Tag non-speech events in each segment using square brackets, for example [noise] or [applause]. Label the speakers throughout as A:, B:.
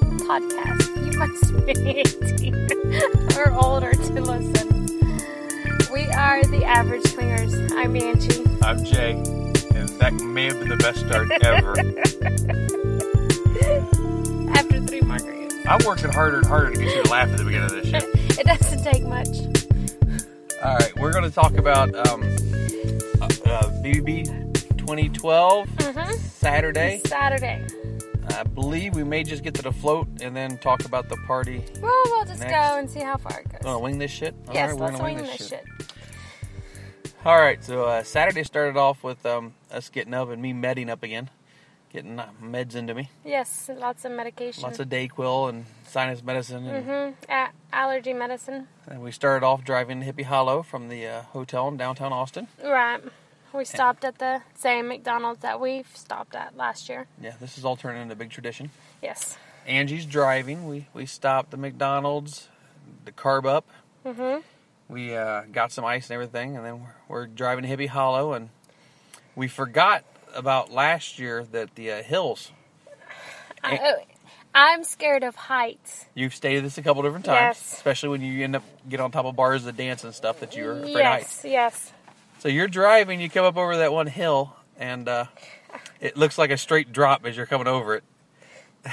A: podcast. You must be [laughs] 18 or older to listen. We are the average swingers. I'm Angie.
B: I'm Jay, and that may have been the best start ever. [laughs]
A: After three margaritas,
B: I'm working harder and harder to get you to laugh at the beginning of this shit.
A: it doesn't take much.
B: All right, we're going to talk about um, uh, uh, BBB 2012
A: Mhm.
B: Saturday.
A: Saturday.
B: I believe we may just get to the float and then talk about the party.
A: Well, we'll just
B: Next.
A: go and see how far it goes.
B: Oh, wing this shit. All
A: yes,
B: right, we're
A: let's
B: gonna
A: wing this shit.
B: All right, so uh, Saturday started off with um, us getting up and me medding up again, getting uh, meds into me,
A: Yes, lots of medication.
B: lots of Dayquil and sinus medicine, and
A: mm-hmm. A- allergy medicine.
B: And we started off driving to Hippie Hollow from the uh, hotel in downtown Austin.
A: Right.
B: Eh.
A: We stopped at the same McDonald's that we've stopped at last year.
B: Yeah, this is all turning into a big tradition.
A: Yes.
B: Angie's driving. We we stopped the McDonald's, the carb up.
A: Mm-hmm.
B: We uh, got some ice and everything, and then we're, we're driving to Hippie Hollow, and we forgot about last year that the uh, hills.
A: I,
B: Eh.
A: oh, I'm scared of heights.
B: You've stated this a couple different times,
A: Yes.
B: especially when you end up get on top of bars to dance and stuff that you're afraid of heights.
A: Yes, yes.
B: So you're driving, you come up over that one hill, and uh, it looks like a straight drop as you're coming over it. [laughs]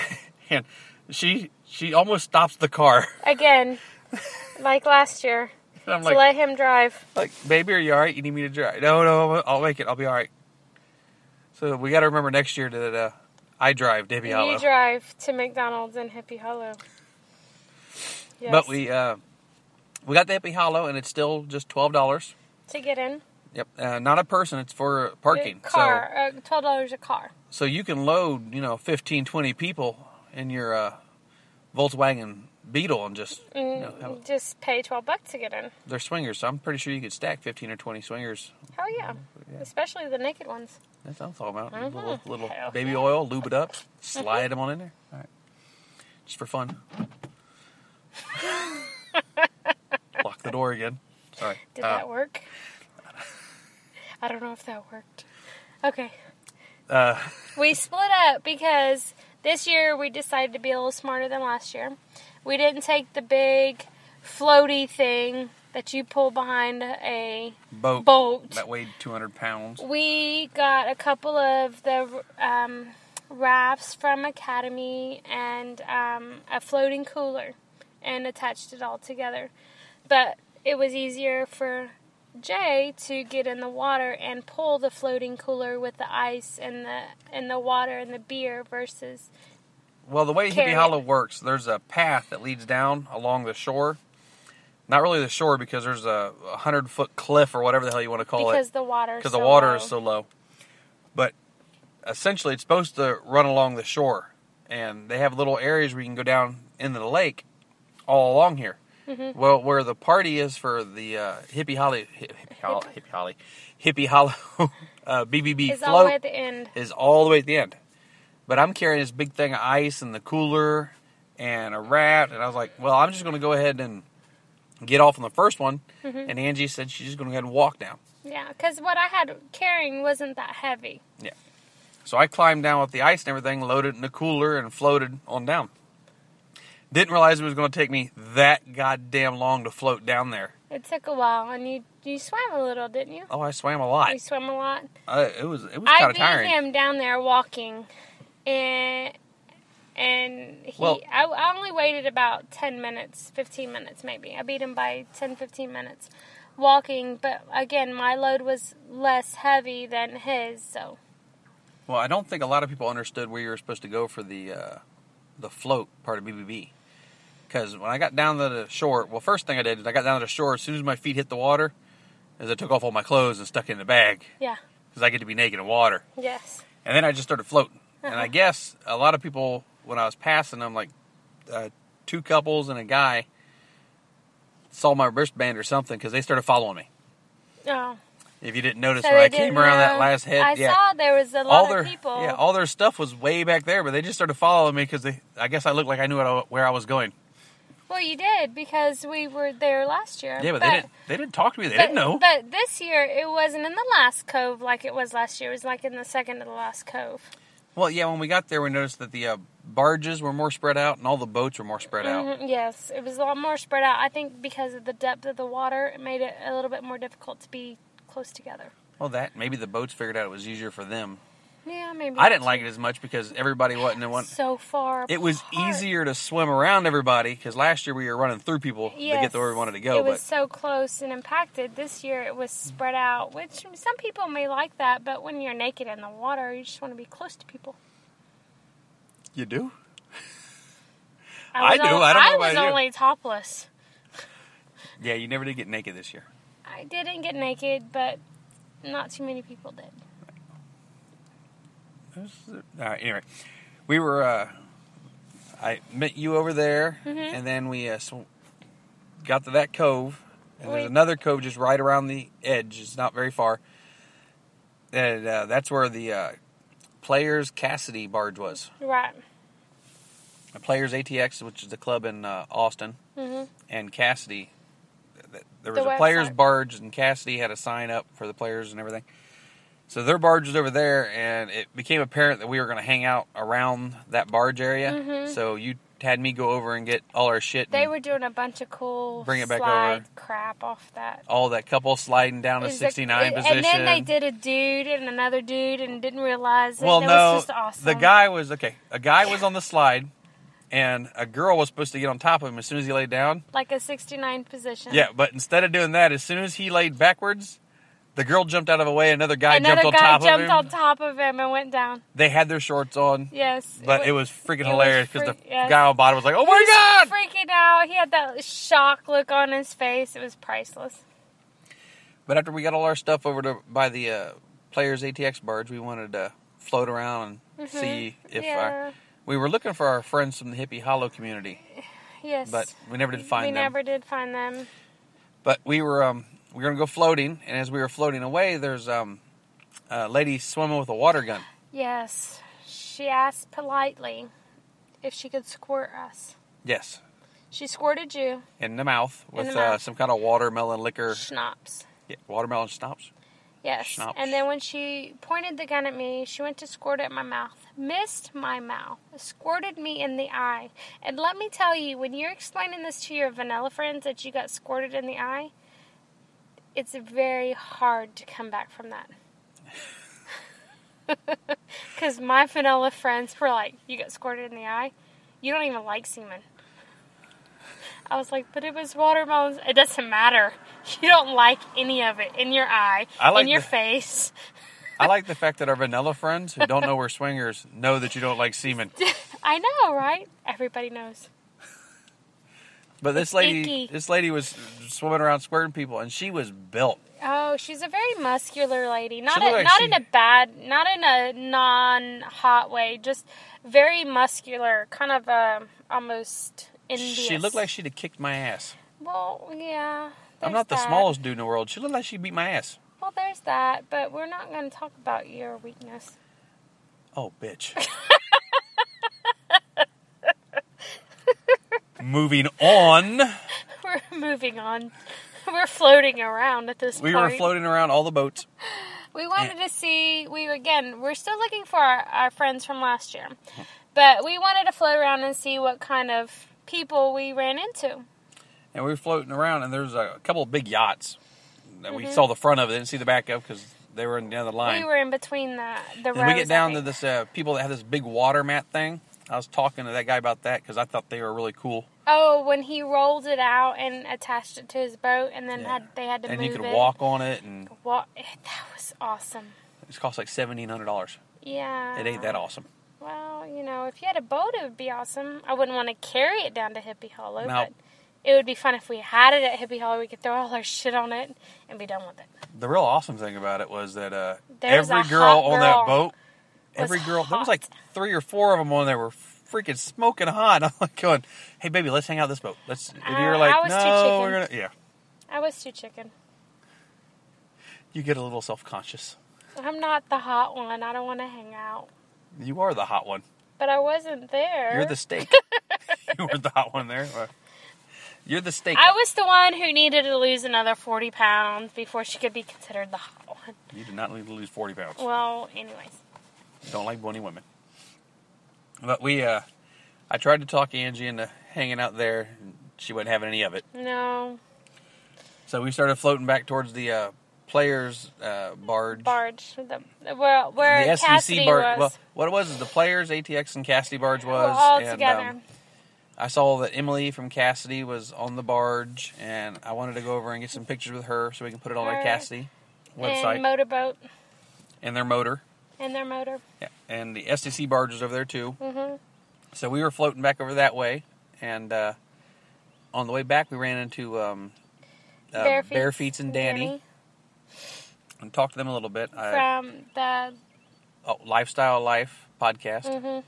B: and she she almost stops the car. [laughs]
A: Again, like last year,
B: And I'm
A: to
B: like,
A: let him drive.
B: like, baby, are you all right? You need me to drive? No, no, I'll make it. I'll be all right. So we got to remember next year that uh, I drive Debbie Hollow.
A: You drive to McDonald's in Hippie Hollow. Yes.
B: But we uh, we got the Hippie Hollow, and it's still just twelve dollars.
A: to get in
B: Yep, uh, not a person. It's for parking.
A: a car, uh, twelve dollars a car.
B: So you can load, you know, 15, 20 people in your uh, Volkswagen Beetle and just, you know, have,
A: Just pay twelve bucks to get in.
B: they're swingers. So I'm pretty sure you could stack 15 or 20 swingers.
A: Hell yeah, especially the naked ones.
B: That's what I'm talking about.
A: Mhm.
B: Little, little
A: Hell
B: baby
A: yeah.
B: oil, lube it up, slide them on in there. All right. Just for fun. Lock the door again. Sorry.
A: Did
B: Uh,
A: that
B: [laughs]
A: work? I don't know if that worked. Okay.
B: Uh,
A: we split up because this year we decided to be a little smarter than last year. We didn't take the big floaty thing that you pull behind a
B: boat.
A: boat.
B: That weighed 200 pounds.
A: We got a couple of the um, rafts from Academy and um, a floating cooler and attached it all together. But it was easier for Jay to get in the water and pull the floating cooler with the ice and the and the water and the beer versus
B: Well, the way
A: Carry
B: Hippie
A: it.
B: Hollow works, there's a path that leads down along the shore. Not really the shore because there's a hundred foot cliff or whatever the hell you want to call
A: because
B: it
A: the water
B: because the water is so low. But essentially, it's supposed to run along the shore, and they have little areas where you can go down into the lake all along here.
A: Mm-hmm.
B: Well, where the party is for the uh, Hippie Hollow, Hippie Hollow, Hippie Hollow, Hippie Hollow [laughs] uh, BBB
A: is all the
B: float
A: way at the end.
B: is all the way at the end. But I'm carrying this big thing of ice and the cooler and a wrap, and I was like, well, I'm just going to go ahead and get off on the first one.
A: Mm-hmm.
B: And Angie said she's just going to go ahead and walk down.
A: Yeah, because what I had carrying wasn't that heavy.
B: So I climbed down with the ice and everything, loaded it in the cooler, and floated on down. Didn't realize it was going to take me that goddamn long to float down there.
A: It took a while, and you you swam a little, didn't you?
B: Oh, I swam a lot.
A: You swim a lot.
B: Uh, it was it was kind
A: I
B: of
A: beat
B: tiring.
A: him down there walking, and and he.
B: Well-
A: I, I only waited about ten minutes, fifteen minutes maybe. I beat him by 10, 15 minutes walking, but again, my load was less heavy than his, so
B: Well, I don't think a lot of people understood where you were supposed to go for the uh, the float part of BBB. Because when I got down to the shore, well, first thing I did is I got down to the shore as soon as my feet hit the water, as I took off all my clothes and stuck it in the bag
A: yeah,
B: because I get to be naked in water.
A: yes,
B: And then I just started floating. And
A: Uh-huh.
B: I guess a lot of people, when I was passing them, like uh, two couples and a guy, saw my wristband or something because they started following me.
A: oh.
B: If you didn't notice
A: So
B: when
A: they
B: I came
A: didn't
B: around that
A: know.
B: last head,
A: I
B: yeah,
A: saw there was a lot
B: all
A: of
B: their
A: people.
B: yeah, all their stuff was way back there, but they just started following me because they I guess I looked like I knew what I, where I was going.
A: well, you did because we were there last year.
B: Yeah, but, they didn't they didn't talk to me. They didn't know.
A: But this year it wasn't in the last cove like it was last year. It was like in the second to the last cove.
B: Well, yeah, when we got there, we noticed that the uh, barges were more spread out and all the boats were more spread out.
A: Mhm, Yes, it was a lot more spread out. I think because of the depth of the water, it made it a little bit more difficult to be close together.
B: Well, that maybe the boats figured out it was easier for them.
A: Yeah, maybe.
B: I didn't like it as much because everybody wasn't in one.
A: so far.
B: It was
A: apart.
B: easier to swim around everybody because last year we were running through people to get
A: Yes,
B: to where we wanted to go.
A: It was
B: But
A: so close and impacted. This year it was spread out, which some people may like that, but when you're naked in the water, you just want to be close to people.
B: you do. I
A: was
B: do,
A: on-
B: I don't know
A: was
B: about you.
A: only topless.
B: Yeah, you never did get naked this year.
A: I didn't get naked, but not too many people did.
B: All right. uh, Anyway, we were. Uh, I met you over there, and then we uh, sw- got to that cove, and there's
A: We-
B: another cove just right around the edge. It's not very far, and uh, that's where the uh, Players Cassidy barge was.
A: Right.
B: The Players ATX, which is the club in uh, Austin,
A: hmm
B: and Cassidy. th- th- There was
A: The
B: a Players
A: website.
B: barge, and Cassidy had a sign up for the players and everything. So their barge was over there, and it became apparent that we were going to hang out around that barge area.
A: Mhm.
B: So you had me go over and get all our shit.
A: They
B: and
A: were doing a bunch of cool
B: Bring it back
A: slide
B: over.
A: crap off that.
B: all that couple sliding down
A: It
B: a
A: was a-
B: sixty-nine
A: it-
B: position.
A: And then they did a dude and another dude and didn't realize it.
B: Well,
A: that
B: no,
A: was just awesome.
B: the guy was okay. A guy
A: [laughs]
B: was on the slide, and a girl was supposed to get on top of him as soon as he laid down.
A: like a 69 position.
B: Yeah, but instead of doing that, as soon as he laid backwards, the girl jumped out of the way. Another guy
A: Another
B: jumped on
A: guy
B: top
A: jumped
B: of him.
A: on top of him and went down.
B: They had their shorts on,
A: Yes.
B: but
A: wa-
B: it was freaking
A: was
B: hilarious because
A: freak-
B: the
A: yes.
B: guy on bottom was like, "Oh
A: he
B: my
A: was
B: god!"
A: Freaking out. He had that shock look on his face. It was priceless.
B: But after we got all our stuff over to by the uh, players ATX barge, we wanted to float around and see
A: Mm-hmm.
B: if our,
A: yeah.
B: we were looking for our friends from the hippie hollow community,
A: yes.
B: but we never did find
A: we
B: them.
A: never did find them.
B: But we were um, we were gonna go floating, and as we were floating away, there's um, a lady swimming with a water gun.
A: Yes. She asked politely if she could squirt us.
B: Yes,
A: She squirted you.
B: in the mouth with
A: the
B: Uh,
A: mouth.
B: some kind of watermelon liquor,
A: Schnapps.
B: yeah, watermelon schnapps.
A: Yes.
B: Schnapps.
A: And then when she pointed the gun at me, she went to squirt at my mouth, missed my mouth, squirted me in the eye. And let me tell you, when you're explaining this to your vanilla friends that you got squirted in the eye, it's very hard to come back from that. Because my vanilla friends were like, You got squirted in the eye? You don't even like semen. I was like, But it was watermelons. It doesn't matter. [laughs] You don't like any of it in your eye,
B: I like
A: in your
B: the-
A: face.
B: I like the fact that our vanilla friends who don't know we're swingers know that you don't
A: [laughs]
B: like semen.
A: I know, right? Everybody knows.
B: But this lady,
A: icky.
B: this lady was swimming around squirting people, and she was built.
A: Oh, she's a very muscular lady. Not
B: looked
A: a,
B: like
A: not
B: she-
A: in a bad, not in a non-hot way. Just very muscular, kind of um, almost envious.
B: She looked like she'd have kicked my ass.
A: Well, yeah.
B: I'm
A: there's
B: not the
A: that.
B: smallest dude in the world. She looked like she beat my ass.
A: Well, there's that, but we're not going to talk about your weakness. [laughs]
B: Oh, bitch. Moving on,
A: We're moving on. [laughs] We're floating around at this
B: we
A: point.
B: were floating around all the boats.
A: We wanted to see. We again, we're still looking for our, our friends from last year, but we wanted to float around and see what kind of people we ran into.
B: and we were floating around, and there's a couple of big yachts that we saw the front of. Didn't see the back of because they were in the other line.
A: Mm-hmm. We were in between the the
B: and we
A: rows, I
B: get down to
A: think.
B: this uh, people that have this big water mat thing. I was talking to that guy about that because I thought they were really cool,
A: Oh, when he rolled it out and attached it to his boat, and then
B: Yeah.
A: had they had to
B: and you
A: move
B: could
A: it.
B: walk on it, and
A: Wa- that was awesome.
B: it cost like seventeen hundred dollars.
A: Yeah.
B: It ain't that awesome.
A: Well, you know, if you had a boat, it would be awesome. I wouldn't want to carry it down to Hippie Hollow,
B: No.
A: but it would be fun if we had it at Hippie Hollow. We could throw all our shit on it and be done with it.
B: The real awesome thing about it was that uh,
A: There's
B: every
A: a
B: girl
A: hot
B: on that
A: girl
B: boat, every girl, there
A: hot.
B: was like three or four of them on there were freaking smoking hot. [laughs] I'm like going, "Hey, baby, let's hang out this boat." Let's. And you're
A: Uh,
B: like,
A: I was too
B: "No, we're
A: chicken."
B: gonna." Yeah,
A: I was too chicken.
B: you get a little self conscious.
A: I'm not the hot one. I don't want to hang out.
B: You are the hot one.
A: But I wasn't there.
B: You're the steak.
A: [laughs]
B: you were the hot one there. Well, You're the steak.
A: I was the one who needed to lose another 40 pounds before she could be considered the hot one. Oh.
B: you did not need to lose 40 pounds.
A: Well, anyways.
B: Don't like bony women. But we, uh, I tried to talk Angie into hanging out there. And she wasn't having any of it.
A: No.
B: So we started floating back towards the uh, players' uh, barge.
A: Barge. The, where where
B: the
A: Cassidy was.
B: barge. Well, what it was is the players, ATX, and Cassidy barge
A: We're
B: was.
A: all
B: and,
A: together.
B: um, I saw that Emily from Cassidy was on the barge, and I wanted to go over and get some pictures with her so we can put it on our
A: Her
B: Cassidy website
A: And motorboat.
B: and their motor.
A: And their motor.
B: Yeah, and the SDC barge was over there too.
A: hmm
B: So we were floating back over that way, and uh, on the way back we ran into um, uh,
A: Barefeets
B: Barefeets and Danny, Uh, and talked to them a little bit. I,
A: From the.
B: oh, Lifestyle Life podcast.
A: hmm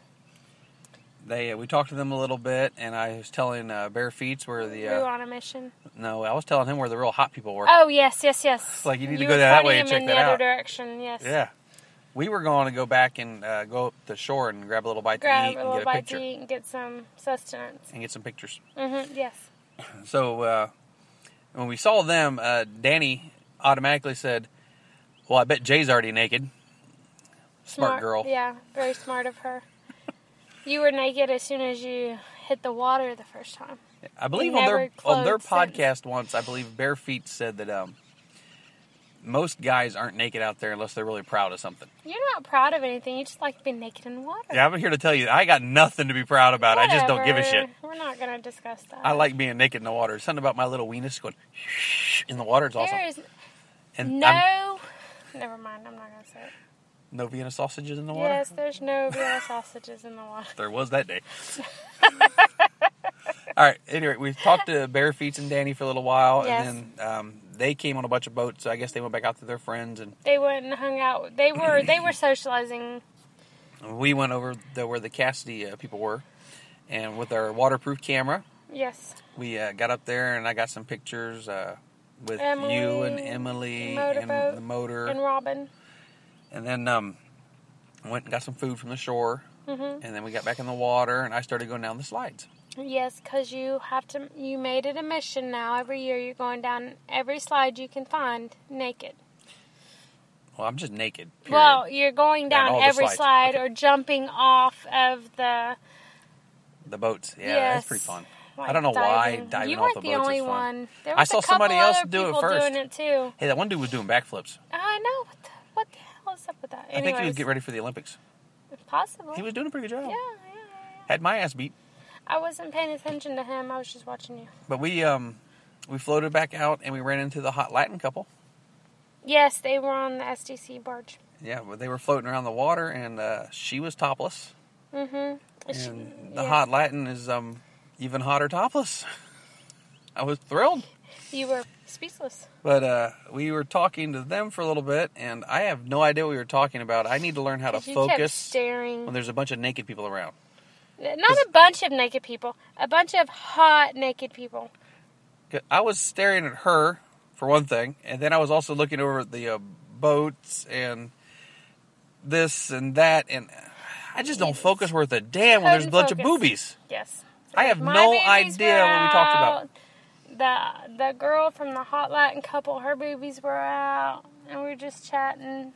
B: They uh, we talked to them a little bit, and I was telling uh, Barefeets where the
A: We were
B: uh,
A: on a mission.
B: no, I was telling him where the real hot people were.
A: Oh yes, yes, yes.
B: like you need to
A: You
B: go
A: were
B: that way
A: pointing
B: and
A: him
B: check that
A: in the
B: out.
A: other direction. Yes.
B: Yeah. We were going to go back and uh, go up the shore and grab a little bite to
A: Grab
B: eat
A: a
B: and get
A: little
B: a
A: bite
B: picture
A: to eat and get some sustenance.
B: and get some pictures.
A: hmm Yes.
B: So uh, when we saw them, uh, Danny automatically said, "Well, I bet Jay's already naked." Smart, girl.
A: Yeah, very smart of her. you were naked as soon as you hit the water the first time.
B: I believe
A: He
B: on
A: never
B: their on their
A: clothed since.
B: podcast once, I believe Bare Feet said that um, most guys aren't naked out there unless they're really proud of something.
A: You're not proud of anything. You just like being naked in water.
B: Yeah, I'm here to tell you, I got nothing to be proud about. I just don't give a
A: Whatever.
B: shit.
A: We're not gonna discuss that.
B: I like being naked in the water. Something about my little weenus going in the water is awesome.
A: There is
B: And
A: no.
B: I'm-
A: Never mind. I'm not gonna say it.
B: no Vienna sausages in the water.
A: Yes, there's no real sausages in the water.
B: There was that day. [laughs] All right. Anyway, we talked to Barefeets and Danny for a little while, and then um, they came on a bunch of boats. So I guess they went back out to their friends, and
A: They went and hung out. They were they were socializing.
B: we went over to where the Cassidy uh, people were, and with our waterproof camera,
A: Yes.
B: we uh, got up there, and I got some pictures uh, with you
A: Emily,
B: and Emily
A: motorboat,
B: and the motor,
A: And
B: and,
A: Robin.
B: then um, went and got some food from the shore,
A: hmm
B: and then we got back in the water, and I started going down the slides.
A: Yes, because you have to. You made it a mission now. Every year you're going down every slide you can find naked.
B: Well, I'm just naked. period.
A: Well, you're going
B: Down
A: down
B: all the
A: every
B: slides.
A: slide
B: Okay.
A: or jumping off of the.
B: The boats, yeah, that's
A: Yes.
B: pretty fun.
A: Like,
B: I don't know why diving
A: You
B: off
A: weren't
B: the
A: the,
B: boats is
A: only
B: fun.
A: one. There
B: I
A: was
B: saw
A: a couple
B: somebody else
A: other
B: do it
A: people
B: first.
A: doing it too.
B: Hey, that one dude was doing backflips.
A: I know. What the, what the hell is up with that?
B: I
A: Anyways,
B: think he was getting ready for the Olympics.
A: possible.
B: He was doing a pretty good job.
A: Yeah, yeah, yeah, yeah.
B: Had my ass beat,
A: I wasn't paying attention to him. I was just watching you.
B: but we um we floated back out and we ran into the hot Latin couple.
A: Yes, they were on the SDC barge.
B: Yeah, well, they were floating around the water and uh, she was topless.
A: Mm-hmm.
B: And the hot Latin is um even hotter topless. [laughs] I was thrilled.
A: You were speechless.
B: But uh, we were talking to them for a little bit, and I have no idea what we were talking about. I need to learn how to
A: 'Cause you kept
B: focus
A: staring.
B: when there's a bunch of naked people around.
A: Not a bunch of naked people. A bunch of hot naked people.
B: 'Cause I was staring at her for one thing, and then I was also looking over at the uh, boats and this and that, and I just don't focus worth a damn when there's a
A: Couldn't
B: bunch of
A: focus.
B: boobies.
A: Yes.
B: I have
A: My
B: no
A: boobies
B: idea
A: were
B: what we talked about.
A: out. The the girl from the hot Latin couple, her boobies were out, and we were just chatting.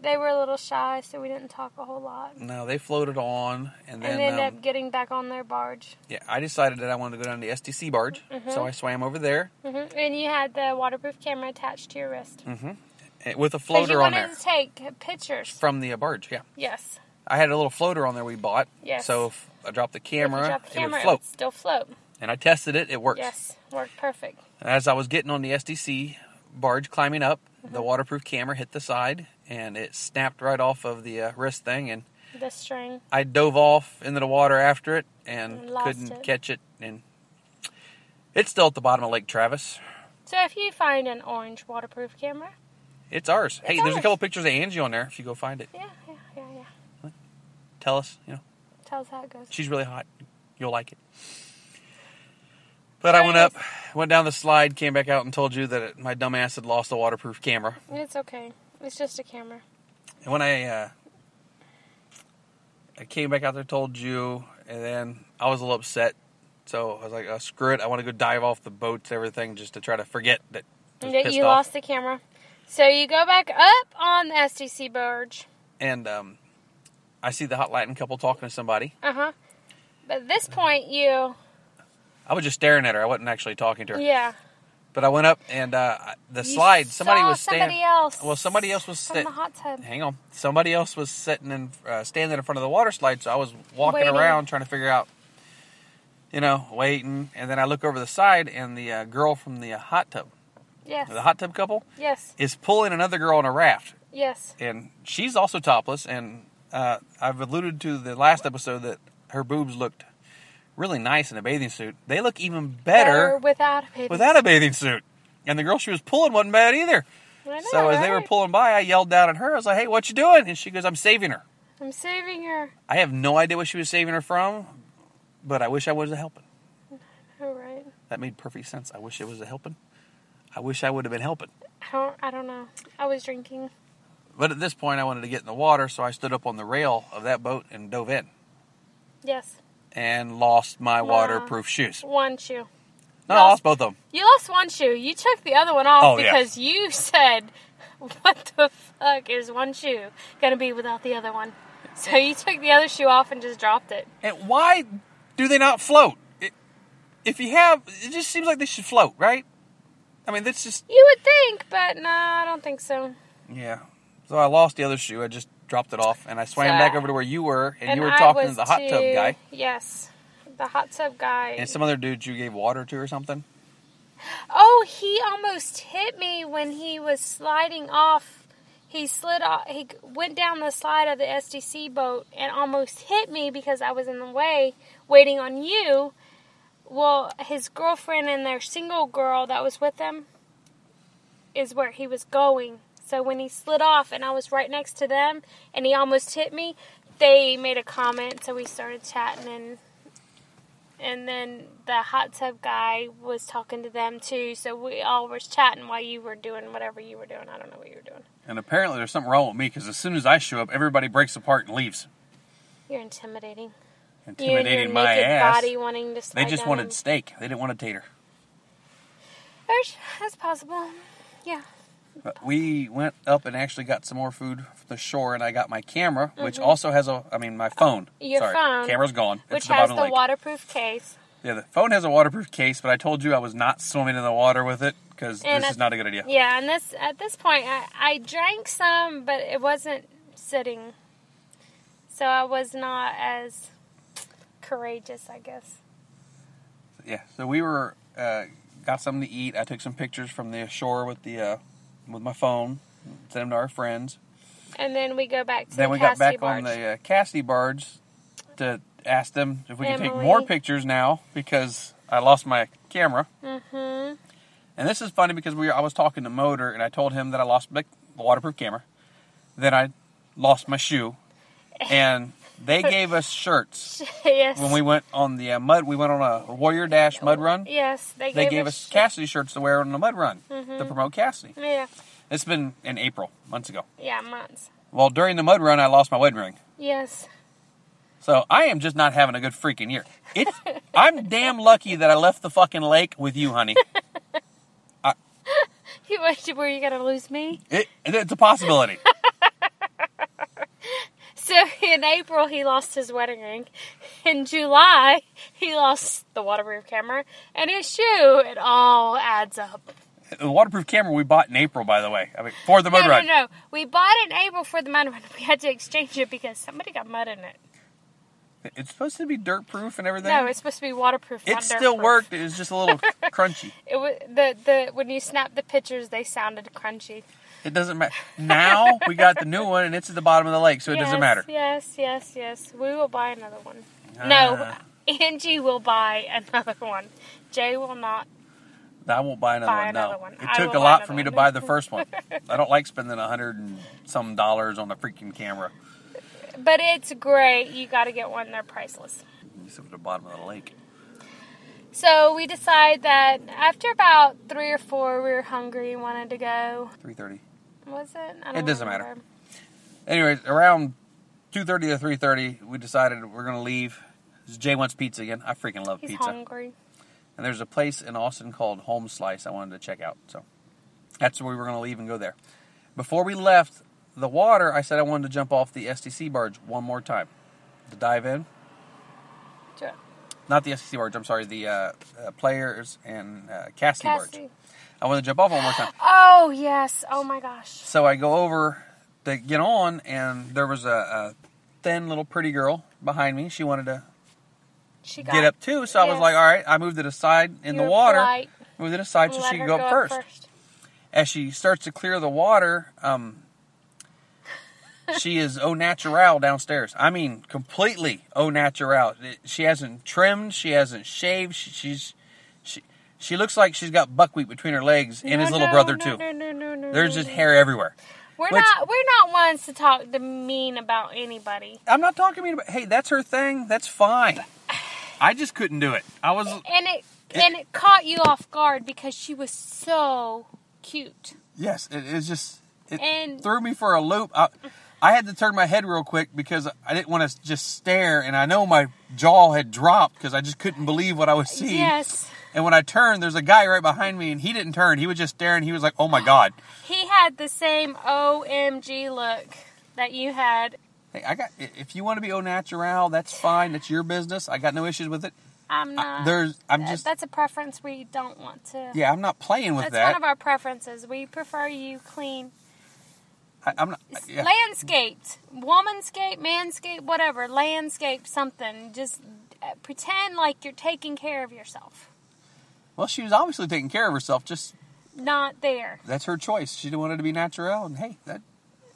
A: They were a little shy, so we didn't talk a whole lot.
B: No, they floated on,
A: And
B: and then
A: they ended
B: um,
A: up getting back on their barge.
B: yeah, I decided that I wanted to go down to the STC barge,
A: Mm-hmm.
B: so I swam over there
A: hmm And you had the waterproof camera attached to your wrist.
B: eh, with a
A: Mm-hmm. 'Cause you
B: floater on
A: wanted
B: there
A: to take pictures.
B: from the uh, barge. Yeah,
A: Yes.
B: I had a little floater on there we bought.
A: Yes.
B: So if I dropped the
A: If you
B: camera,
A: dropped the
B: it
A: camera,
B: would float,
A: still float.
B: and I tested it. It works.
A: Yes, worked perfect.
B: As I was getting on the SDC barge climbing up, the
A: Mm-hmm.
B: waterproof camera hit the side and it snapped right off of the uh, wrist thing. And
A: The string.
B: I dove off into the water after it and
A: And lost
B: couldn't
A: it.
B: catch it. And it's still at the bottom of Lake Travis.
A: So if you find an orange waterproof camera,
B: It's ours. hey, there's a
A: ours.
B: couple pictures of Angie on there if you go find it.
A: yeah, yeah, yeah, yeah.
B: Tell us, you know,
A: Tell us how it goes.
B: she's really hot. You'll like it. But I went up, went down the slide, came back out, and told you that it, my dumb ass had lost the waterproof camera.
A: It's okay. It's just a camera.
B: And when I uh, I came back out there, told you, and then I was a little upset. So I was like, oh, "Screw it! I want to go dive off the boats, and everything, just to try to forget that." I was
A: Yeah,
B: pissed
A: you
B: off.
A: lost the camera. So you go back up on the SDC barge.
B: And um, I see the hot Latin couple talking to somebody.
A: Uh huh. But at this point, you
B: I was just staring at her. I wasn't actually talking to her.
A: yeah.
B: But I went up and uh, the
A: You
B: slide. Somebody
A: saw
B: was standing.
A: Somebody else.
B: Well, somebody else was
A: from
B: sta-
A: the hot tub.
B: Hang on. Somebody else was sitting in, uh, standing in front of the water slide, so I was walking
A: Waiting.
B: around trying to figure out, you know, waiting. And then I look over the side, and the uh, girl from the uh, hot tub,
A: Yes.
B: the hot tub couple,
A: yes.
B: is pulling another girl on a raft,
A: Yes.
B: and she's also topless. And uh, I've alluded to the last episode that her boobs looked really nice in a bathing suit. They look even better,
A: without a baby.
B: without a bathing suit. And the girl she was pulling wasn't bad either.
A: I know,
B: so as they were
A: right?
B: pulling by, I yelled down at her. I was like, "Hey, what you doing?" And she goes, "I'm saving her."
A: I'm saving her.
B: I have no idea what she was saving her from, but I wish I was a helping.
A: All Oh, right.
B: That made perfect sense. I wish I was a helping. I wish I would have been helping.
A: I don't. I don't know. I was drinking.
B: But at this point, I wanted to get in the water, so I stood up on the rail of that boat and dove in
A: Yes.
B: and lost my waterproof shoes.
A: One shoe.
B: No, I lost both of them.
A: You lost one shoe. You took the other one off
B: Oh, yeah.
A: because you [laughs] said, "What the fuck is one shoe gonna be without the other one?" So you took the other shoe off and just dropped it.
B: And why do they not float? It, if you have, it just seems like they should float, right? I mean, that's just
A: You would think, but no, I don't think so.
B: yeah. So I lost the other shoe. I just dropped it off, and I swam
A: So-
B: back over to where you were, and, you were
A: I
B: talking to
A: was
B: the hot tub
A: too-
B: guy
A: Yes, the hot tub guy.
B: and some other dude you gave water to or something.
A: Oh, he almost hit me when he was sliding off. He slid off. He went down the slide of the SDC boat and almost hit me because I was in the way, waiting on you. Well, his girlfriend and their single girl that was with them is where he was going. So when he slid off and I was right next to them and he almost hit me, they made a comment. So we started chatting and and then the hot tub guy was talking to them too. So we all was chatting while you were doing whatever you were doing. I don't know what you were doing.
B: And apparently, there's something wrong with me because as soon as I show up, everybody breaks apart and leaves,
A: You're intimidating. you and
B: intimidating
A: your
B: my
A: naked
B: ass.
A: body wanting to slide
B: They just
A: down
B: wanted
A: and-
B: steak. They didn't want a tater.
A: There's- That's possible. Yeah.
B: But we went up and actually got some more food from the shore, and I got my camera, which also has a, I mean, my phone.
A: Mm-hmm. Your
B: Sorry,
A: phone,
B: camera's gone.
A: Which
B: it's
A: has
B: about
A: the
B: a lake.
A: waterproof case.
B: Yeah, the phone has a waterproof case, but I told you I was not swimming in the water with it because
A: And
B: this
A: I-
B: is not a good idea.
A: Yeah, and this at this point I, I drank some but it wasn't sitting. So I was not as courageous, I guess.
B: Yeah, so we were uh, got something to eat. I took some pictures from the shore with the uh, with my phone, sent them to our friends.
A: And then we go back to
B: then
A: the
B: we got
A: Cassidy
B: back on
A: barge.
B: the uh, Cassidy barge to ask them if we could take
A: Emily.
B: more pictures now because I lost my camera.
A: Mhm.
B: And this is funny because we were, I was talking to Motor and I told him that I lost my the waterproof camera. Then I lost my shoe, and
A: [laughs]
B: they gave us shirts
A: [laughs] yes.
B: when we went on the uh, mud. We went on a Warrior Dash mud run.
A: Yes, they,
B: They gave us Cassidy shirts to wear on the mud run
A: Mm-hmm.
B: to promote Cassidy.
A: Yeah,
B: It's been in April, months ago.
A: yeah, months.
B: Well, during the mud run, I lost my wedding ring.
A: Yes, [laughs]
B: So I am just not having a good freaking year. It, I'm damn lucky that I left the fucking lake with you, honey.
A: you waited. Were you gonna lose me?
B: It, it's a possibility.
A: So [laughs] in April he lost his wedding ring. In July [laughs] he lost the waterproof camera and his shoe. It all adds up.
B: The waterproof camera we bought in April, by the way, I mean, for the mud
A: no,
B: run.
A: no, no. We bought it in April for the mud run. [laughs] We had to exchange it because somebody got mud in it.
B: It's supposed to be dirt proof and everything.
A: No, it's supposed to be waterproof.
B: it
A: not
B: still
A: dirtproof.
B: worked. It was just
A: [laughs]
B: a little crunchy.
A: It was the the when you snapped the pictures, they sounded crunchy.
B: It doesn't matter. Now we got the new one, and it's at the bottom of the lake, so it
A: yes,
B: doesn't matter.
A: Yes, yes, yes. We will buy another one. No,
B: Ah.
A: [laughs] Angie will buy another one. Jay will not.
B: I won't buy another
A: Buy
B: one.
A: another
B: no,
A: one.
B: it
A: I
B: took
A: will
B: a
A: buy
B: lot for
A: another
B: me to
A: one. [laughs]
B: buy the first one. I don't like spending a hundred and some dollars on a freaking camera.
A: But it's great. You got to get one. They're priceless.
B: It's at the bottom of the lake.
A: So we decide that after about three or four, we were hungry and wanted to go.
B: Three thirty.
A: Was it? I
B: It doesn't matter.
A: remember.
B: Anyways, around two thirty to three thirty, we decided we're gonna leave. 'Cause Jay wants pizza again. I freaking love
A: He's
B: pizza.
A: hungry.
B: And there's a place in Austin called Home Slice I wanted to check out. So that's where we were gonna leave and go there. Before we left, the water, I said I wanted to jump off the STC barge one more time to dive in.
A: Sure.
B: Not the STC barge, I'm sorry, the uh, uh, players and uh, Cassidy, barge.
A: Cassie.
B: I want to jump off one more time.
A: Oh yes. Oh my gosh.
B: So I go over to get on, and there was a, a thin little pretty girl behind me. She wanted to
A: She got
B: get up too, so I was
A: Yes.
B: like, all right, I moved it aside in
A: You
B: the
A: were
B: water.
A: polite.
B: Moved it aside so
A: Let
B: she could
A: her
B: go up first.
A: first.
B: As she starts to clear the water, um, she is au natural downstairs. I mean, completely au natural. It- She hasn't trimmed, she hasn't shaved. She, she's she she looks like she's got buckwheat between her legs, and his
A: No,
B: little
A: no,
B: brother
A: no,
B: too.
A: No, no, no, no,
B: There's
A: no,
B: just
A: no.
B: hair everywhere.
A: We're
B: which-
A: not we're not ones to talk the mean about anybody.
B: I'm not talking about. Hey, that's her thing. That's fine. I just couldn't do it. I was.
A: And it,
B: Eh.
A: and it caught you off guard because she was so cute.
B: Yes, it, it's just. It
A: And-
B: threw me for a loop. I, I had to turn my head real quick because I didn't want to just stare, and I know my jaw had dropped because I just couldn't believe what I was seeing.
A: Yes.
B: And when I turned, there's a guy right behind me, and he didn't turn. He was just staring. He was like, "Oh my god!"
A: He had the same OMG look that you had.
B: Hey, I got. i- If you want to be au natural, that's fine. That's your business. I got no issues with it.
A: I'm not.
B: There's. I'm
A: that-
B: Uh, just.
A: that's a preference we don't want to.
B: Yeah, I'm not playing with
A: that's
B: that.
A: one of our preferences. We prefer you clean.
B: I, I'm not. Yeah.
A: Landscaped. Womanscape, manscape, whatever. Landscape something. Just uh, pretend like you're taking care of yourself.
B: Well, she was obviously taking care of herself. Just
A: Not there.
B: that's her choice. She wanted to be natural, and hey, that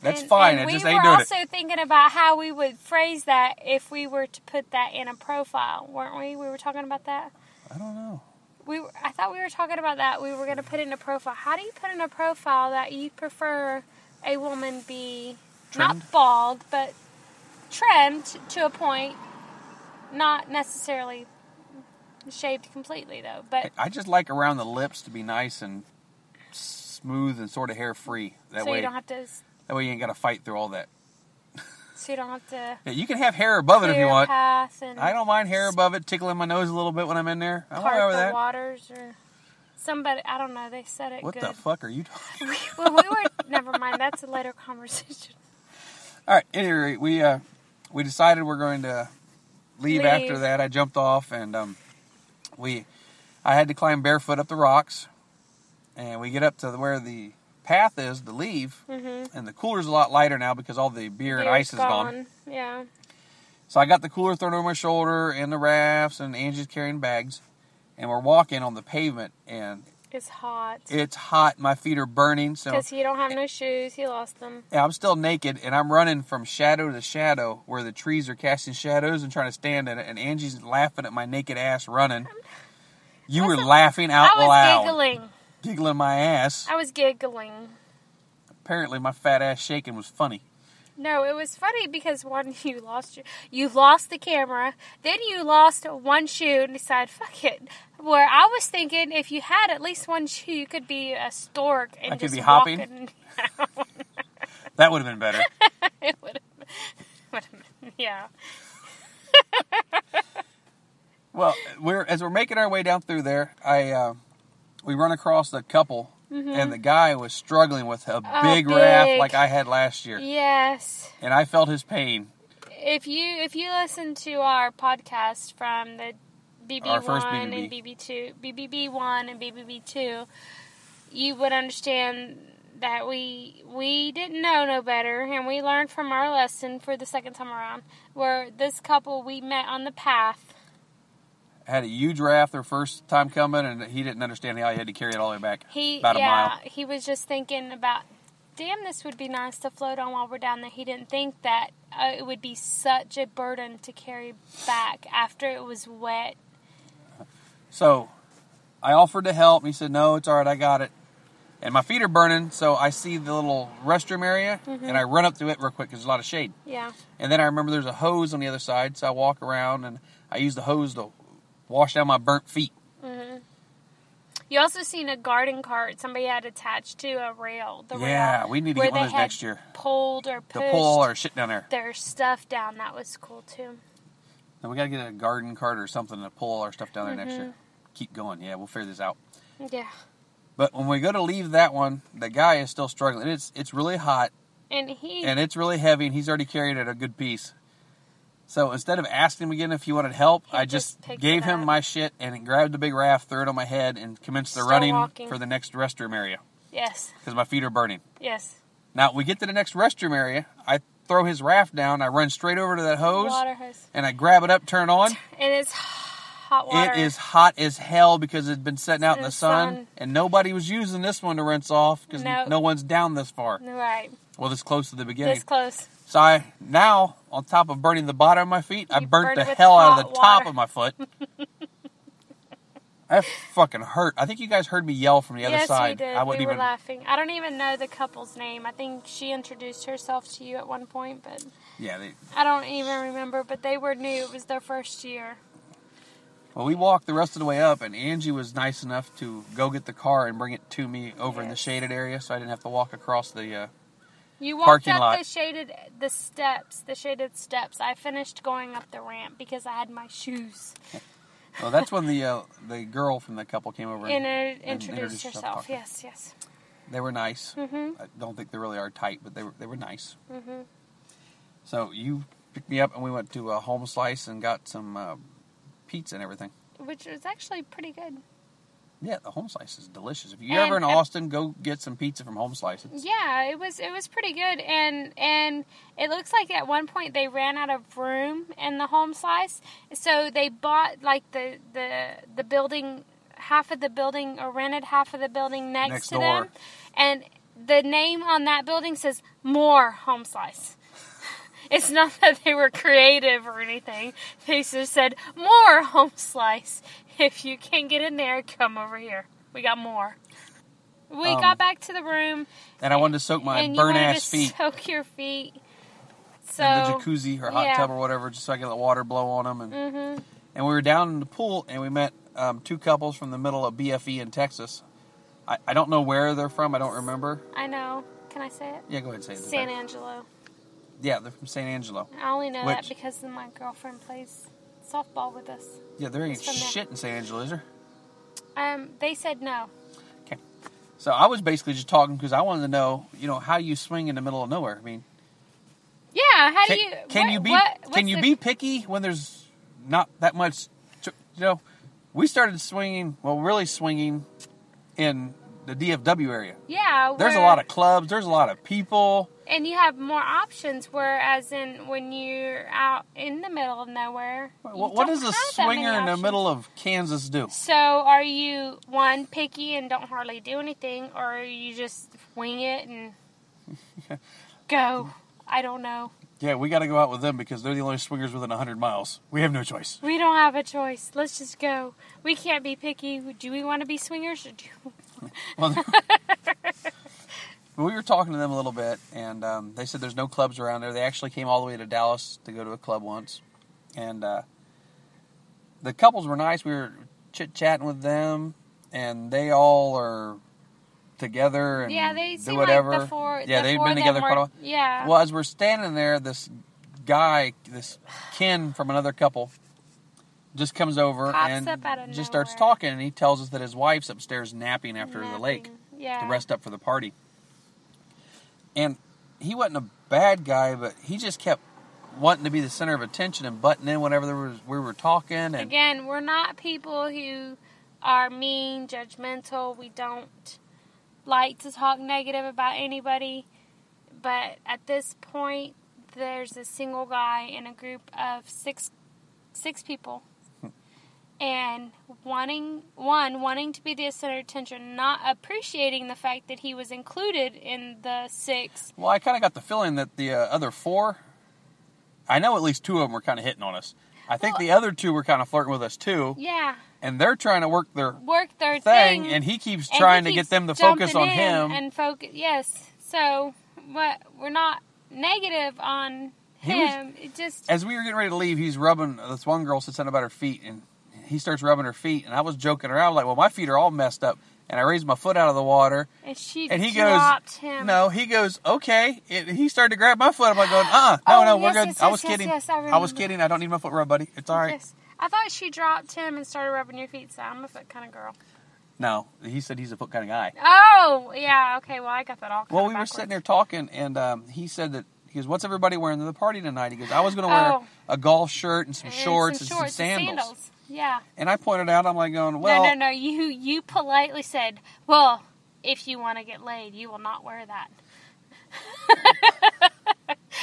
B: that's
A: And-
B: fine.
A: and
B: I
A: we
B: just
A: were
B: ain't doing
A: also
B: it.
A: thinking about how we would phrase that if we were to put that in a profile, weren't we? We were talking about that.
B: I don't know.
A: We were, I thought we were talking about that. We were going to put in a profile. How do you put in a profile that you prefer a woman be
B: Trimmed?
A: not bald but trimmed to a point, not necessarily shaved completely though, but
B: I just like around the lips to be nice and smooth and sort of hair free. That
A: so
B: way,
A: you don't have to
B: that way you ain't got to fight through all that.
A: so you don't have to
B: Yeah, you can have hair above it if you
A: clear a
B: want.
A: path and
B: I don't mind hair above it, tickling my nose a little bit when I'm in there. I'm all right
A: part
B: with
A: the
B: that.
A: waters or somebody I don't know, they said it
B: What
A: good.
B: the fuck are you? talking
A: well, we were. [laughs] Never mind. That's a later conversation.
B: All right. At any rate, we uh, we decided we're going to leave,
A: Leave.
B: after that. I jumped off and um, we I had to climb barefoot up the rocks, and we get up to where the path is to leave,
A: Mm.
B: and the cooler's a lot lighter now because all the beer and ice is gone.
A: Yeah.
B: So I got the cooler thrown over my shoulder and the rafts, and Angie's carrying bags, and we're walking on the pavement, and
A: It's hot.
B: it's hot. My feet are burning, so
A: Because you don't have no shoes. He lost them.
B: Yeah, I'm still naked and I'm running from shadow to shadow where the trees are casting shadows and trying to stand in it. And Angie's laughing at my naked ass running. You were laughing out
A: I was
B: loud,
A: giggling.
B: giggling my ass.
A: I was giggling.
B: Apparently, my fat ass shaking was funny.
A: No, it was funny because one, [laughs] you lost your, you lost the camera. Then you lost one shoe and decided, fuck it. Where I was thinking, if you had at least one shoe, you could be a stork and
B: I could
A: just
B: be hopping.
A: walking.
B: That would have been better.
A: [laughs] it [laughs] would have. Yeah.
B: well, we're as we're making our way down through there, I uh, we run across the couple, and the guy was struggling with a big,
A: Mm-hmm.
B: raft
A: big.
B: like I had last year,
A: Yes.
B: and I felt his pain.
A: if you if you listen to our podcast from the
B: Our
A: BB
B: first
A: one
B: BBB.
A: and BB two BBB one and BBB two, you would understand that we we didn't know no better and we learned from our lesson for the second time around where this couple we met on the path
B: Had a huge raft their first time coming, and he didn't understand how he had to carry it all the way back.
A: he
B: About a
A: yeah
B: mile.
A: he was just thinking about damn this would be nice to float on while we're down there he didn't think that uh, it would be such a burden to carry back after it was wet
B: So I offered to help, and he said, No, it's all right, I got it. And my feet are burning, so I see the little restroom area,
A: Mm-hmm.
B: and I run up to it real quick because there's a lot of shade.
A: yeah
B: And then I remember there's a hose on the other side, so I walk around and I use the hose to wash down my burnt feet.
A: You also seen a garden cart somebody had attached to a rail. The
B: Yeah,
A: rail,
B: we need to
A: where
B: get
A: they
B: one of those
A: had
B: next year.
A: Pulled or
B: To
A: pushed
B: pull all our shit down there.
A: their stuff down. That was cool too.
B: Then we gotta get a garden cart or something to pull all our stuff down there next year.
A: Mm-hmm.
B: Keep going, yeah, we'll figure this out.
A: Yeah,
B: But when we go to leave that one, the guy is still struggling. It's it's really hot,
A: And he
B: and it's really heavy, and he's already carried it a good piece. So instead of asking him again if he wanted help,
A: He
B: I
A: just
B: just,
A: picked
B: gave
A: it
B: him
A: up.
B: my shit and grabbed the big raft, threw it on my head, and commenced the
A: Still
B: running
A: walking.
B: for the next restroom area
A: yes,
B: because my feet are burning.
A: yes.
B: Now we get to the next restroom area. I throw his raft down. I run straight over to that hose
A: Water hose.
B: and I grab it up, turn
A: [laughs]
B: it on.
A: And it's hot water.
B: It is hot as hell because it's been sitting out in the, sun,
A: sun.
B: and nobody was using this one to rinse off because
A: No.
B: no one's down this far.
A: right.
B: Well, this close to the beginning.
A: This close.
B: So I now, on top of burning the bottom of my feet, I
A: You
B: burnt
A: burned
B: the
A: it with
B: hell out of
A: hot
B: the top
A: water.
B: of my foot.
A: [laughs]
B: that fucking hurt. I think you guys heard me yell from the other
A: yes,
B: side.
A: we did.
B: I
A: we
B: wouldn't
A: were
B: even.
A: laughing. I don't even know the couple's name. I think she introduced herself to you at one point, but
B: Yeah. They,
A: I don't even remember. But they were new. It was their first year.
B: well, we walked the rest of the way up, and Angie was nice enough to go get the car and bring it to me over in the
A: Yes.
B: shaded area, so I didn't have to walk across the. Uh,
A: You walked
B: Parking
A: up
B: lot.
A: the shaded the steps, the shaded steps. I finished going up the ramp because I had my shoes.
B: well, that's when the uh, the girl from the couple came over
A: And it
B: and
A: introduced
B: yourself,
A: herself.
B: Parker.
A: Yes, yes.
B: They were nice.
A: Mhm.
B: I don't think they really are tight, but they were they were nice.
A: Mhm.
B: So you picked me up, and we went to a home slice and got some uh, pizza and everything.
A: Which was actually pretty good.
B: Yeah, the home slice is delicious. If you're
A: And-
B: ever in
A: and-
B: Austin, go get some pizza from Home Slice. It's,
A: Yeah, it was it was pretty good and and it looks like at one point they ran out of room in the home slice. So they bought like the the the building half of the building or rented half of the building next,
B: Next
A: to
B: door.
A: them. And the name on that building says More Home Slice. [laughs] It's not that they were creative or anything. They just said more home slice. If you can't get in there, come over here. We got more. We
B: Um,
A: got back to the room
B: and I wanted to soak my
A: and you
B: burnt
A: wanted
B: ass
A: to
B: feet
A: soak your feet. So
B: in the jacuzzi or hot
A: yeah.
B: tub or whatever, just so I could let water blow on them. And,
A: Mhm.
B: and we were down in the pool, and we met um, two couples from the middle of BFE in Texas. I, I don't know where they're from. I don't remember.
A: I know. Can I say it?
B: Yeah, go ahead and say it.
A: San Angelo.
B: Yeah, they're from San Angelo.
A: I only know that
B: Which-
A: because my girlfriend plays softball with us.
B: Yeah, there ain't
A: It's from there.
B: shit in San Angelo, is there?
A: Um, they said no.
B: So I was basically just talking because I wanted to know, you know, how you swing in the middle of nowhere. I mean,
A: Yeah, how
B: can,
A: do you?
B: can
A: what-
B: you be
A: what-
B: can
A: what's
B: you
A: the-
B: be picky when there's not that much? ch- You know, we started swinging, well, really swinging in the DFW area.
A: Yeah,
B: There's a
A: where-
B: lot of clubs. There's a lot of people.
A: and you have more options. Whereas in when you're out in the middle of nowhere, you
B: What,
A: don't
B: what does a
A: have that many
B: swinger in the
A: options.
B: middle of Kansas do?
A: So, are you one picky and don't hardly do anything, or are you just wing it and
B: [laughs]
A: go? I don't know.
B: Yeah, we got to go out with them because they're the only swingers within 100 miles. We have no choice. [laughs]
A: We don't have a choice. Let's just go. We can't be picky. Do we want to be swingers? Or do
B: Well, we were talking to them a little bit, and um, they said there's no clubs around there. They actually came all the way to Dallas to go to a club once, and uh, the couples were nice. We were chit chatting with them, and they all are together and
A: yeah, they
B: do
A: seem
B: whatever.
A: like the four.
B: yeah,
A: the
B: they've
A: four
B: been
A: that
B: together
A: were-
B: quite a while.
A: Yeah.
B: Well, as we're standing there, this guy, this Ken from another couple, just comes over
A: Pops
B: and
A: up out of
B: just starts
A: nowhere.
B: talking, and he tells us that his wife's upstairs napping after the lake
A: Nothing. Mm-hmm. Yeah.
B: to rest up for the party. And he wasn't a bad guy, but he just kept wanting to be the center of attention and butting in whenever there was, we were talking. And
A: Again, we're not people who are mean, judgmental. We don't like to talk negative about anybody. But at this point, there's a single guy in a group of six six people.
B: Hmm.
A: And wanting one wanting to be the center of attention, not appreciating the fact that he was included in the six.
B: well, I kind of got the feeling that the uh, other four, I know at least two of them were kind of hitting on us. I think
A: Well-
B: the other two were kind of flirting with us too,
A: Yeah,
B: and they're trying to work their
A: work their
B: thing,
A: thing
B: and he keeps
A: And
B: trying
A: he
B: to
A: keeps
B: get them to focus
A: jumping
B: on
A: in
B: him.
A: and focus. Yes, so what we're not negative on
B: He was-
A: him. it just
B: As we were getting ready to leave, he's rubbing this one girl said something about her feet, and he starts rubbing her feet, and I was joking around like, "Well, my feet are all messed up," and I raised my foot out of the water,
A: and she
B: and he
A: dropped
B: goes,
A: him.
B: "No." He goes, "Okay," and he started to grab my foot. I'm like, "Going, uh, no,
A: Oh,
B: no, we're
A: yes,
B: good."
A: yes,
B: I
A: yes,
B: was
A: yes,
B: kidding.
A: yes, I
B: was
A: remember.
B: kidding. I don't need my foot rub, buddy. It's all right.
A: Yes. I thought she dropped him and started rubbing your feet. So I'm a foot kind of girl.
B: No, he said he's a book kind of guy.
A: Oh, yeah. Okay. Well, I got that all. kinda
B: Well, we were
A: backwards.
B: sitting there talking, and um, he said that he goes, "What's everybody wearing to the party tonight?" He goes, "I was going to wear
A: Oh.
B: a golf shirt and some
A: And
B: shorts and,
A: shorts
B: some sandals.
A: Yeah.
B: And I pointed out, I'm like going, "Well,
A: no, no, no. You you politely said, "Well, if you want to get laid, you will not wear that."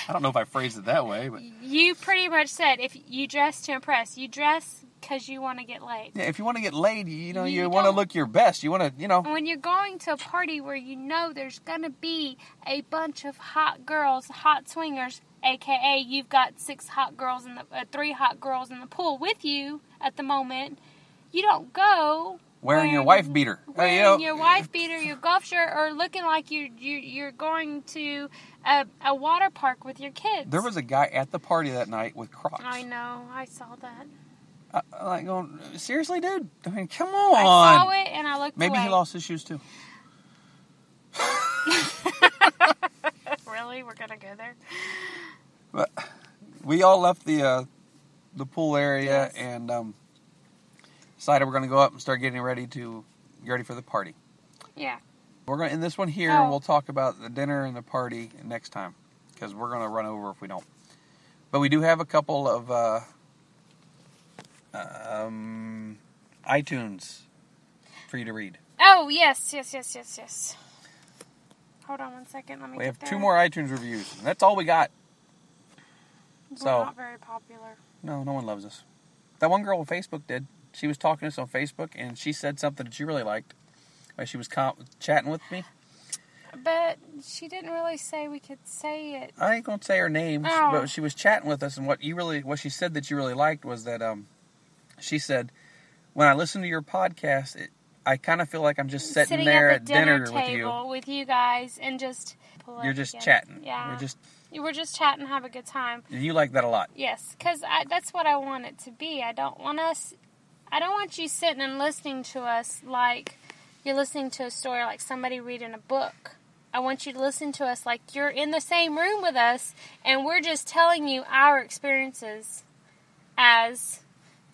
B: I don't know if I phrased it that way, but
A: You pretty much said, "If you dress to impress, you dress because you want to get laid."
B: yeah, if you want to get laid, you, you know,
A: You
B: you, want to
A: don't-
B: look your best. You want to, you know,
A: And when you're going to a party where you know there's gonna be a bunch of hot girls, hot swingers, aka you've got six hot girls in the uh, three hot girls in the pool with you at the moment, you don't go
B: wearing your
A: wearing-
B: wife beater. Uh, you
A: wearing
B: know,
A: your wife beater, your golf shirt, or looking like you, you you're going to a, a water park with your kids.
B: There was a guy at the party that night with Crocs.
A: I know, I saw that.
B: I, I'm like going, seriously, dude? I mean, come
A: I saw
B: on.
A: it and I looked.
B: Maybe
A: away.
B: he lost his shoes too.
A: Really, we're gonna go there.
B: We all left the uh, the pool area
A: Yes.
B: and um, decided we're going to go up and start getting ready to get ready for the party.
A: Yeah,
B: We're going to end this one here,
A: Oh.
B: and we'll talk about the dinner and the party next time because we're going to run over if we don't. But we do have a couple of uh, um, iTunes for you to read.
A: Oh yes, yes, yes, yes, yes. Hold on one second. Let me.
B: We
A: get
B: have
A: there.
B: two more iTunes reviews. and that's all we got.
A: We're
B: so-
A: not very popular.
B: No, no one loves us. That one girl on Facebook did. She was talking to us on Facebook, and she said something that she really liked. Like she was com- chatting with me.
A: But she didn't really say we could say it.
B: I ain't gonna say her name,
A: Oh.
B: but she was chatting with us, and what you really, what she said that you really liked was that um, she said, when I listen to your podcast, it, I kind of feel like I'm just sitting, there at dinner, with you.
A: table with you. guys and just. pull up
B: You're just
A: together.
B: chatting.
A: Yeah.
B: We're just.
A: we're just chatting, have a good time.
B: You like that a lot.
A: Yes, because that's what I want it to be. I don't want us. I don't want you sitting and listening to us like you're listening to a story, like somebody reading a book. I want you to listen to us like you're in the same room with us, and we're just telling you our experiences as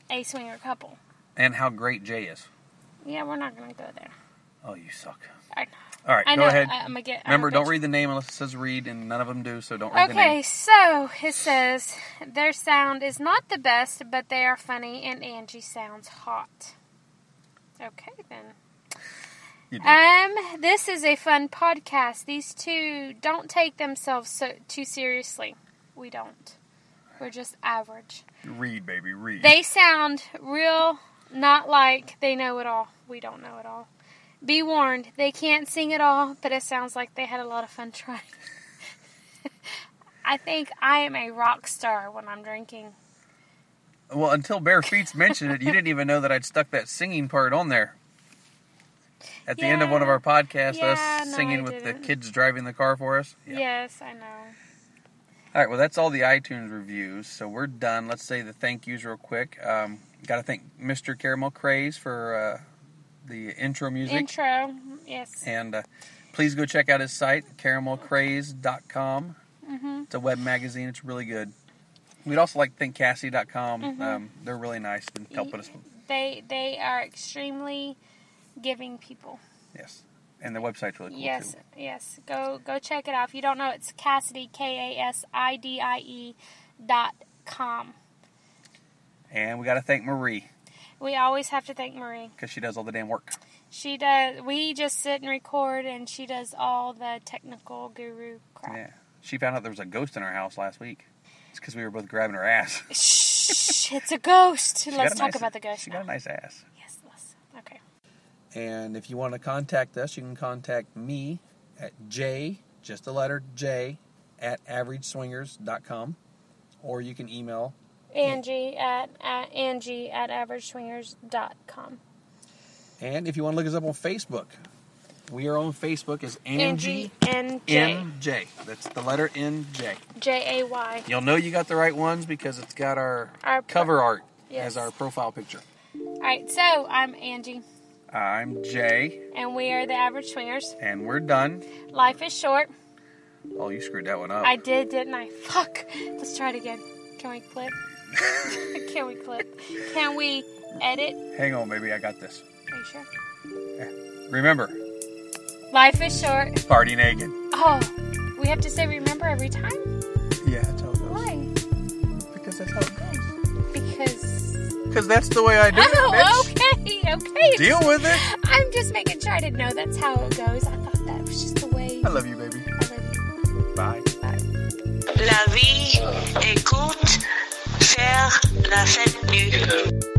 A: a swinger couple.
B: And how great Jay is.
A: Yeah, we're not gonna go there.
B: Oh, you suck.
A: I,
B: All right,
A: I
B: go
A: know.
B: ahead.
A: I, am gonna get. I'm
B: Remember,
A: gonna
B: don't
A: bitch.
B: read the name unless it says read, and none of them do, so don't read the name.
A: Okay, so it says their sound is not the best, but they are funny, and Angie sounds hot. Okay, then.
B: You do.
A: Um, this is a fun podcast. These two don't take themselves so too seriously. We don't. We're just average.
B: read, baby, read.
A: They sound real, not like they know it all. We don't know it all. Be warned, they can't sing at all, but it sounds like they had a lot of fun trying. [laughs] I think I am a rock star when I'm drinking.
B: well, until Bare Feet's mentioned it, you didn't even know that I'd stuck that singing part on there. At the end of one of
A: Yeah.
B: our podcasts,
A: Yeah,
B: us
A: no,
B: singing
A: I
B: with the
A: didn't.
B: kids driving the car for us.
A: Yes, I know.
B: All right, well, that's all the iTunes reviews, so we're done. Let's say the thank yous real quick. Um, Got to thank Mr. Caramel Craze for uh, the intro music.
A: Intro, yes.
B: And uh, please go check out his site, caramelcraze.com.
A: Mm-hmm.
B: It's a web magazine. It's really good. We'd also like to thank Cassie.com.
A: Mm-hmm.
B: Um, they're really nice and helping us.
A: They they are extremely giving people.
B: Yes. And their website's really cool,
A: Yes,
B: too.
A: yes. Go go check it out. If you don't know, it's Cassidy K A S I D I E dot com.
B: And we got to thank Marie
A: We always have to thank Marie.
B: because she does all the damn work.
A: She does. We just sit and record, and she does all the technical guru crap.
B: Yeah. She found out there was a ghost in our house last week. It's because we were both grabbing
A: [laughs]
B: her ass.
A: Shh! It's a ghost.
B: She
A: Let's
B: got a
A: talk
B: nice-
A: about the ghost.
B: She
A: Now.
B: got a nice ass.
A: Yes, yes. Okay.
B: And if you want to contact us, you can contact me at J, just the letter J, at averageswingers.com. Or you can email
A: Angie at, at Angie at AverageSwingers.com.
B: And if you want to look us up on Facebook, we are on Facebook as Angie
A: Angie and J
B: MJ. That's the letter NJ.
A: J A Y.
B: You'll know you got the right ones because it's got our,
A: Our pro-
B: cover art
A: Yes.
B: as our profile picture.
A: All right. So I'm Angie,
B: I'm Jay,
A: and we are the Average Swingers.
B: and we're done.
A: Life is short.
B: Oh, you screwed that one up.
A: I did, didn't I? Fuck. Let's try it again. Can we clip? [laughs] Can we clip? Can we edit?
B: Hang on, baby. I got this.
A: Are you sure?
B: Remember,
A: Life is short.
B: party naked.
A: Oh, we have to say remember every time?
B: Yeah, that's how it goes.
A: Why?
B: Because that's how it goes.
A: Because.
B: Because that's the way I do it,
A: [laughs] Oh,
B: bitch.
A: okay, okay.
B: Deal with it.
A: I'm just making sure I didn't know that's how it goes. I thought that was just the way.
B: I love you, baby.
A: I love you.
B: Bye.
C: La vie est courte, faire la fête nue.